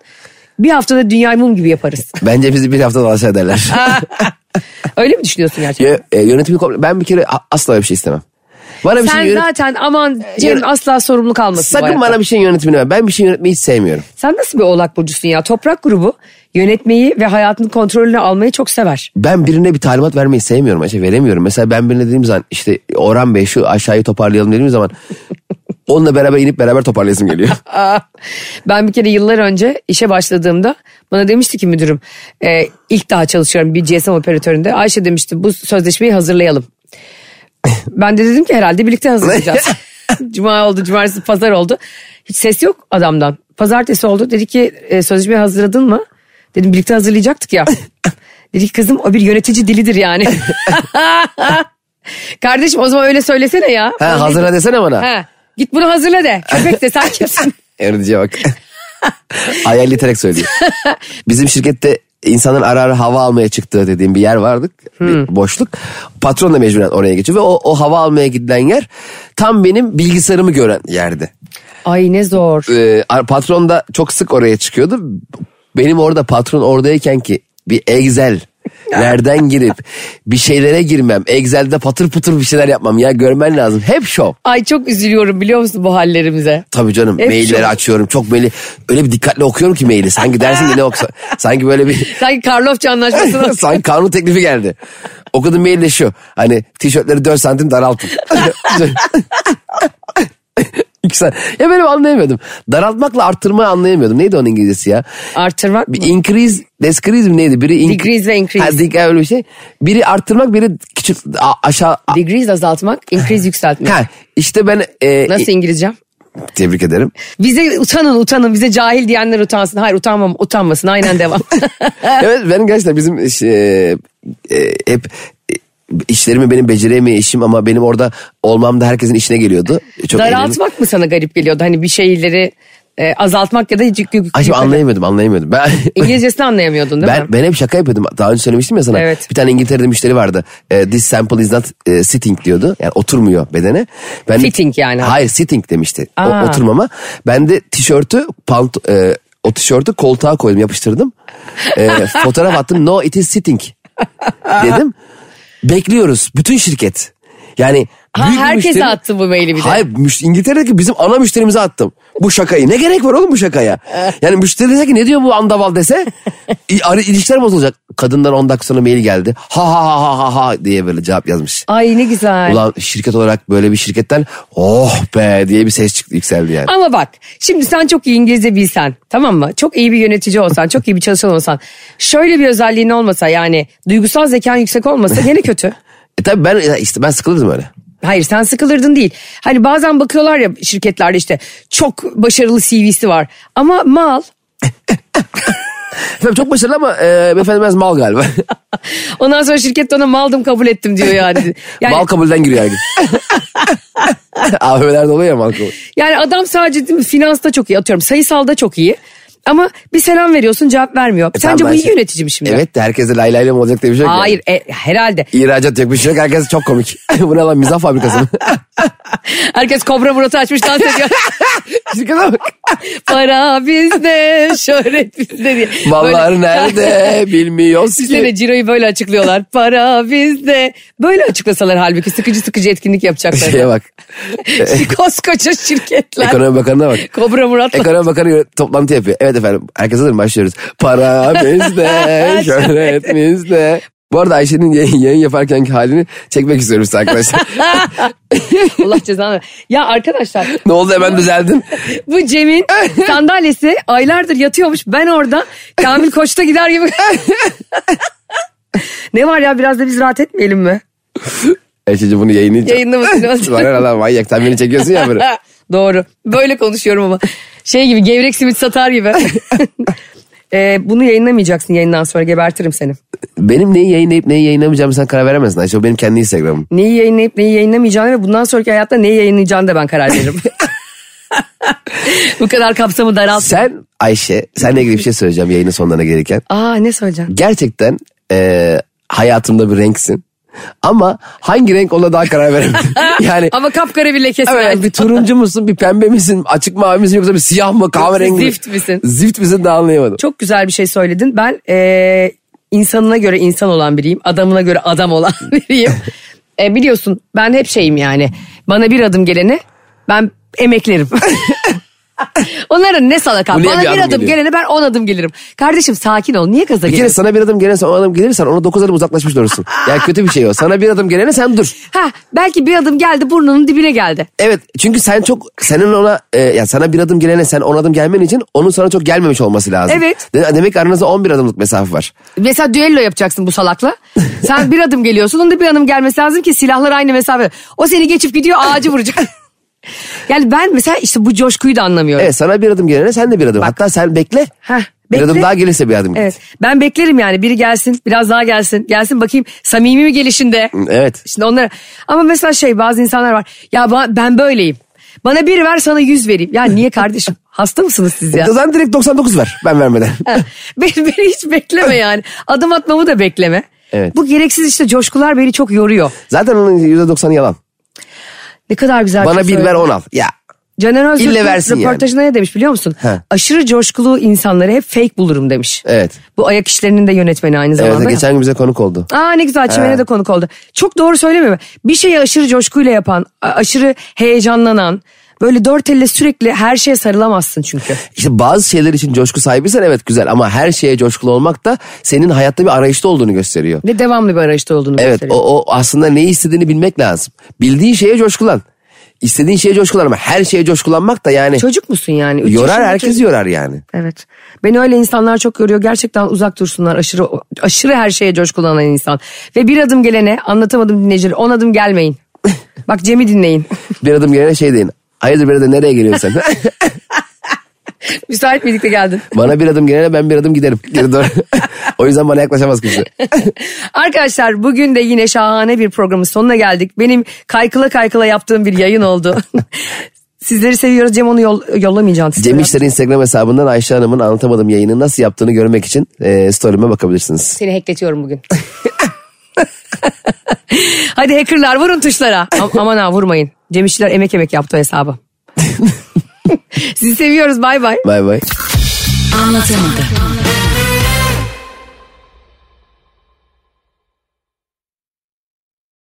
Bir haftada dünyayı mum gibi yaparız.
Bence bizi bir hafta daha aşağı ederler. (laughs)
Öyle mi düşünüyorsun gerçekten?
Yö- e, yönetimi komple- ben bir kere a- asla öyle bir şey istemem. Bana bir
Sen
şey yönet-
zaten aman Cem
yönet-
asla sorumluluk almasın. bu
Sakın
hayatta.
bana bir şeyin yönetimini ver. Ben bir şey yönetmeyi hiç sevmiyorum.
Sen nasıl bir oğlak burcusun ya? Toprak grubu yönetmeyi ve hayatın kontrolünü almayı çok sever.
Ben birine bir talimat vermeyi sevmiyorum. Ayşe veremiyorum. Mesela ben birine dediğim zaman işte Orhan Bey şu aşağıyı toparlayalım dediğim zaman onunla beraber inip beraber toparlayasım geliyor.
(laughs) Ben bir kere yıllar önce işe başladığımda bana demişti ki müdürüm e, ilk daha çalışıyorum bir GSM operatöründe. Ayşe demişti bu sözleşmeyi hazırlayalım. (laughs) Ben de dedim ki herhalde birlikte hazırlayacağız. (laughs) Cuma oldu, cumartesi, pazar oldu. Hiç ses yok adamdan. Pazartesi oldu. Dedi ki e, sözleşmeyi hazırladın mı? Dedim birlikte hazırlayacaktık ya. (laughs) Dedi ki kızım o bir yönetici dilidir yani. (laughs) Kardeşim o zaman öyle söylesene ya.
ha, hazırla desene bana.
Ha, git bunu hazırla de. Köpek de sen kimsin?
Yöneticiye bak. Hayal iterek söylüyor. Bizim şirkette insanların ara ara hava almaya çıktığı dediğim bir yer vardık. Bir boşluk. Patron da mecburen oraya geçiyor. Ve o, o hava almaya gidilen yer tam benim bilgisayarımı gören yerdi.
Ay ne zor.
Ee, ar- patron da çok sık oraya çıkıyordu. Benim orada patron oradayken ki bir Excel nereden girip bir şeylere girmem. Excel'de patır pıtır bir şeyler yapmam ya görmen lazım. Hep şov.
Ay çok üzülüyorum biliyor musun bu hallerimize?
Tabii canım
Hep
mailleri
şov.
açıyorum. Çok maili öyle bir dikkatle okuyorum ki
(laughs)
maili. Sanki dersin ki ne okusa. Sanki böyle bir (laughs)
Sanki Karlofça anlaşmasını
sanki kanun teklifi geldi. Okuduğum mail de şu. Hani tişörtleri 4 santim daraltın. (laughs) İki san- ya böyle anlayamıyordum. Daraltmakla arttırmayı anlayamıyordum. Neydi onun İngilizcesi ya?
Artırmak mı?
Bir increase, decrease mi neydi? Biri in-
Decrease ve increase.
Ha, dik- ha, öyle bir şey. Biri arttırmak, biri küçük a- aşağı. a-
Degrees azaltmak, increase yükseltmek.
ha, işte ben e,
Nasıl
e,
İngilizcem?
tebrik ederim.
Bize utanın utanın bize cahil diyenler utansın. Hayır utanmam utanmasın aynen devam.
evet benim gerçekten bizim iş- e, e, hep e, işlerimi benim beceremeye işim ama benim orada olmam da herkesin işine geliyordu. (laughs) Çok eğlenceli.
(laughs) Daraltmak mı sana garip geliyordu? Hani bir şeyleri e, azaltmak ya da yük, yük,
Ay şimdi
yukarı-
anlayamadım anlayamadım. Ben,
İngilizcesini anlayamıyordun değil mi?
ben, ben hep şaka yapıyordum. Daha önce söylemiştim ya sana.
Evet.
Bir tane İngiltere'de müşteri vardı. E, This sample is not e, sitting diyordu. Yani oturmuyor bedene. Ben de-
Fitting yani.
Hayır sitting demişti. O-
Aa.
oturmama. Ben de tişörtü pant, e, o tişörtü koltuğa koydum yapıştırdım.
(laughs)
E, fotoğraf attım. No it is sitting dedim. Bekliyoruz. Bütün şirket. Yani
Ha,
büyük bir
herkese
müşteri-
attın bu maili bir de.
Hayır müş- İngiltere'deki bizim ana müşterimize attım. Bu şakayı. Ne gerek var oğlum bu şakaya? Yani müşteri dese ki ne diyor bu
(laughs)
andaval dese i- ar- ilişkiler bozulacak. Kadından 10 dakika sonra mail geldi. Ha ha ha ha ha ha diye böyle cevap yazmış.
Ay ne güzel.
Ulan şirket olarak böyle bir şirketten oh be diye bir ses çıktı yükseldi yani.
Ama bak şimdi sen çok iyi İngilizce bilsen tamam mı? Çok iyi bir yönetici olsan, çok iyi bir çalışan olsan. Şöyle bir özelliğin olmasa yani duygusal zekan yüksek olmasa gene kötü.
E tabi ben ya işte ben sıkılırdım öyle.
Hayır sen sıkılırdın değil. Hani bazen bakıyorlar ya şirketlerde işte çok başarılı CV'si var. Ama mal
Efendim çok başarılı ama e, beyefendi biraz mal galiba.
ondan sonra şirkette ona maldım kabul ettim diyor
(laughs)
yani. (laughs) yani
mal kabulden giriyor (laughs) yani. AVM'lerde oluyor ya mal kabul.
Yani adam sadece değil mi, finansta çok iyi atıyorum sayısalda çok iyi. Ama bir selam veriyorsun cevap vermiyor. Sence bu
Tamam, ben
iyi
şey-
yönetici mi şimdi?
Evet de herkese lay lay lay mı olacak diye bir şey yok. yani.
Hayır e, herhalde.
İhracat yok bir şey yok. Herkes çok komik. (laughs) Bu ne lan mizah fabrikası mı?
Herkes kobra muratı açmış dans ediyor.
(laughs) Şirkete bak.
Para bizde, şöhret bizde diye.
Mallar
Böyle- (laughs)
nerede bilmiyoruz
Düşünsene
ki.
ciroyu böyle açıklıyorlar. Para bizde. Böyle açıklasalar halbuki sıkıcı sıkıcı etkinlik yapacaklar.
Şeye bak. e-
(laughs) Koskoca şirketler.
Ekonomi Bakanı'na bak.
Kobra Murat'la.
Ekonomi Bakanı yönet- toplantı yapıyor. Evet efendim. Herkes hazır mı? Başlıyoruz. Para bizde, şöhret bizde. Bu arada Ayşe'nin yayın, yayın yaparkenki halini çekmek istiyorum size arkadaşlar.
(laughs)
E-
Allah cezanı. ver. Ya arkadaşlar
ne oldu hemen düzeldin.
bu
(laughs)
Cem'in sandalyesi aylardır yatıyormuş. Ben orada Kamil Koç'ta gider
(laughs)
gibi. ne var ya biraz da biz rahat etmeyelim mi?
Ayşe'cim bunu
(laughs)
yayınlayacağım.
Yayınlamasın.
Bana ne lan manyak sen beni çekiyorsun
(laughs)
ya böyle.
Doğru. Böyle konuşuyorum ama. Şey gibi gevrek simit satar (laughs) gibi. Ee, bunu yayınlamayacaksın yayından sonra gebertirim seni.
Benim neyi yayınlayıp neyi yayınlamayacağımı sen karar veremezsin Ayşe. O benim kendi Instagram'ım.
Neyi yayınlayıp neyi yayınlamayacağını ve bundan sonraki hayatta neyi yayınlayacağını da ben karar (laughs) veririm. Bu kadar kapsamı daralt.
Sen Ayşe, seninle ilgili bir şey söyleyeceğim yayının sonlarına gelirken.
Aa ne söyleyeceksin?
Gerçekten eee, hayatımda bir renksin. Ama hangi renk ona daha
(laughs)
karar veremedim. yani
Ama kapkara bir lekesi
evet,
var.
bir turuncu musun, bir pembe misin, açık mavi misin yoksa bir siyah mı, kahverengi mi?
Zift misin?
Zift misin daha anlayamadım.
Çok güzel bir şey söyledin. Ben eee, insanına göre insan olan biriyim. Adamına göre adam olan (laughs) biriyim. E, biliyorsun ben hep şeyim yani. Bana bir adım gelene ben emeklerim. (laughs) Onların ne salaka.
Bu niye
Bana
bir
bir
adım
adım
geliyor?
gelene ben on adım gelirim. Kardeşim sakin ol. Niye gaza
Bir kere
geliyorsun?
sana bir adım gelirse o adım gelirsen ona dokuz adım uzaklaşmış olursun. yani kötü bir şey o. Sana bir adım gelene sen dur.
Ha, belki bir adım geldi burnunun dibine geldi.
Evet çünkü sen çok senin ona e, ya sana bir adım gelene sen on adım gelmen için onun sana çok gelmemiş olması lazım.
Evet.
De- demek ki aranızda 11 adımlık mesafe var.
Mesela düello yapacaksın bu
(laughs)
salakla. Sen bir adım geliyorsun onun da bir adım gelmesi lazım ki silahlar aynı mesafe. O seni geçip gidiyor ağacı vuracak. (laughs) yani ben mesela işte bu coşkuyu da anlamıyorum.
Evet sana bir adım gelene sen de bir adım. Hatta sen bekle.
Heh,
Bir
bekle.
adım daha gelirse bir adım. git.
Evet. Ben beklerim yani biri gelsin biraz daha gelsin. Gelsin bakayım samimi mi gelişinde.
Evet.
Şimdi onlara ama mesela şey bazı insanlar var. Ya ba- ben böyleyim. Bana bir ver sana yüz vereyim. Ya niye
(laughs)
kardeşim? Hasta mısınız siz ya?
O zaman direkt 99 ver
(laughs)
ben vermeden.
beni, beni hiç bekleme yani. Adım atmamı da bekleme.
Evet.
Bu gereksiz işte coşkular beni çok yoruyor.
Zaten onun %90'ı yalan.
Ne kadar güzel.
Bana bir
bir
ver 10 al. Ya
Caner Özgür
İlle versin yani.
röportajında ne demiş biliyor musun?
He.
Aşırı coşkulu insanları hep fake bulurum demiş.
Evet.
Bu ayak işlerinin de yönetmeni aynı
evet,
zamanda. ya.
geçen gün bize konuk oldu.
Aa ne güzel çimene de konuk oldu. Çok doğru söylemiyor mu? Bir şeyi aşırı coşkuyla yapan, a- aşırı heyecanlanan Böyle dört elle sürekli her şeye sarılamazsın çünkü.
İşte bazı şeyler için coşku sahibiysen evet güzel ama her şeye coşkulu olmak da senin hayatta bir arayışta olduğunu gösteriyor.
Ve devamlı bir arayışta olduğunu
Evet
gösteriyor.
o, o aslında neyi istediğini bilmek lazım. Bildiğin şeye coşkulan. İstediğin şeye coşkulan ama her şeye coşkulanmak da yani
Çocuk musun yani? Üç
yorar
yaşındaki-
herkes yorar yani.
Evet. Beni öyle insanlar çok yoruyor. Gerçekten uzak dursunlar. Aşırı aşırı her şeye coşkulanan insan. Ve bir adım gelene anlatamadım dinleyicileri. On adım gelmeyin. Bak Cem'i dinleyin. (laughs)
Bir adım gelene şey deyin. Hayırdır bir adım nereye geliyorsun sen?
Müsait birlikte geldin.
bana bir adım gelene ben bir adım giderim. Geri doğru. (laughs) o yüzden bana yaklaşamaz kimse.
(laughs) Arkadaşlar bugün de yine şahane bir programın sonuna geldik. Benim kaykıla kaykıla yaptığım bir yayın oldu. Sizleri seviyoruz. Cem onu yol, yollamayacağım size.
Cem İşler'in Instagram hesabından Ayşe Hanım'ın anlatamadım yayını nasıl yaptığını görmek için e, story'ime bakabilirsiniz.
Seni hackletiyorum bugün. (laughs) Hadi hackerlar vurun tuşlara. Am- aman ha vurmayın. Cem İşçiler emek emek yaptı o hesabı. Sizi seviyoruz bay bay.
Bay bay.
Anlatamadım.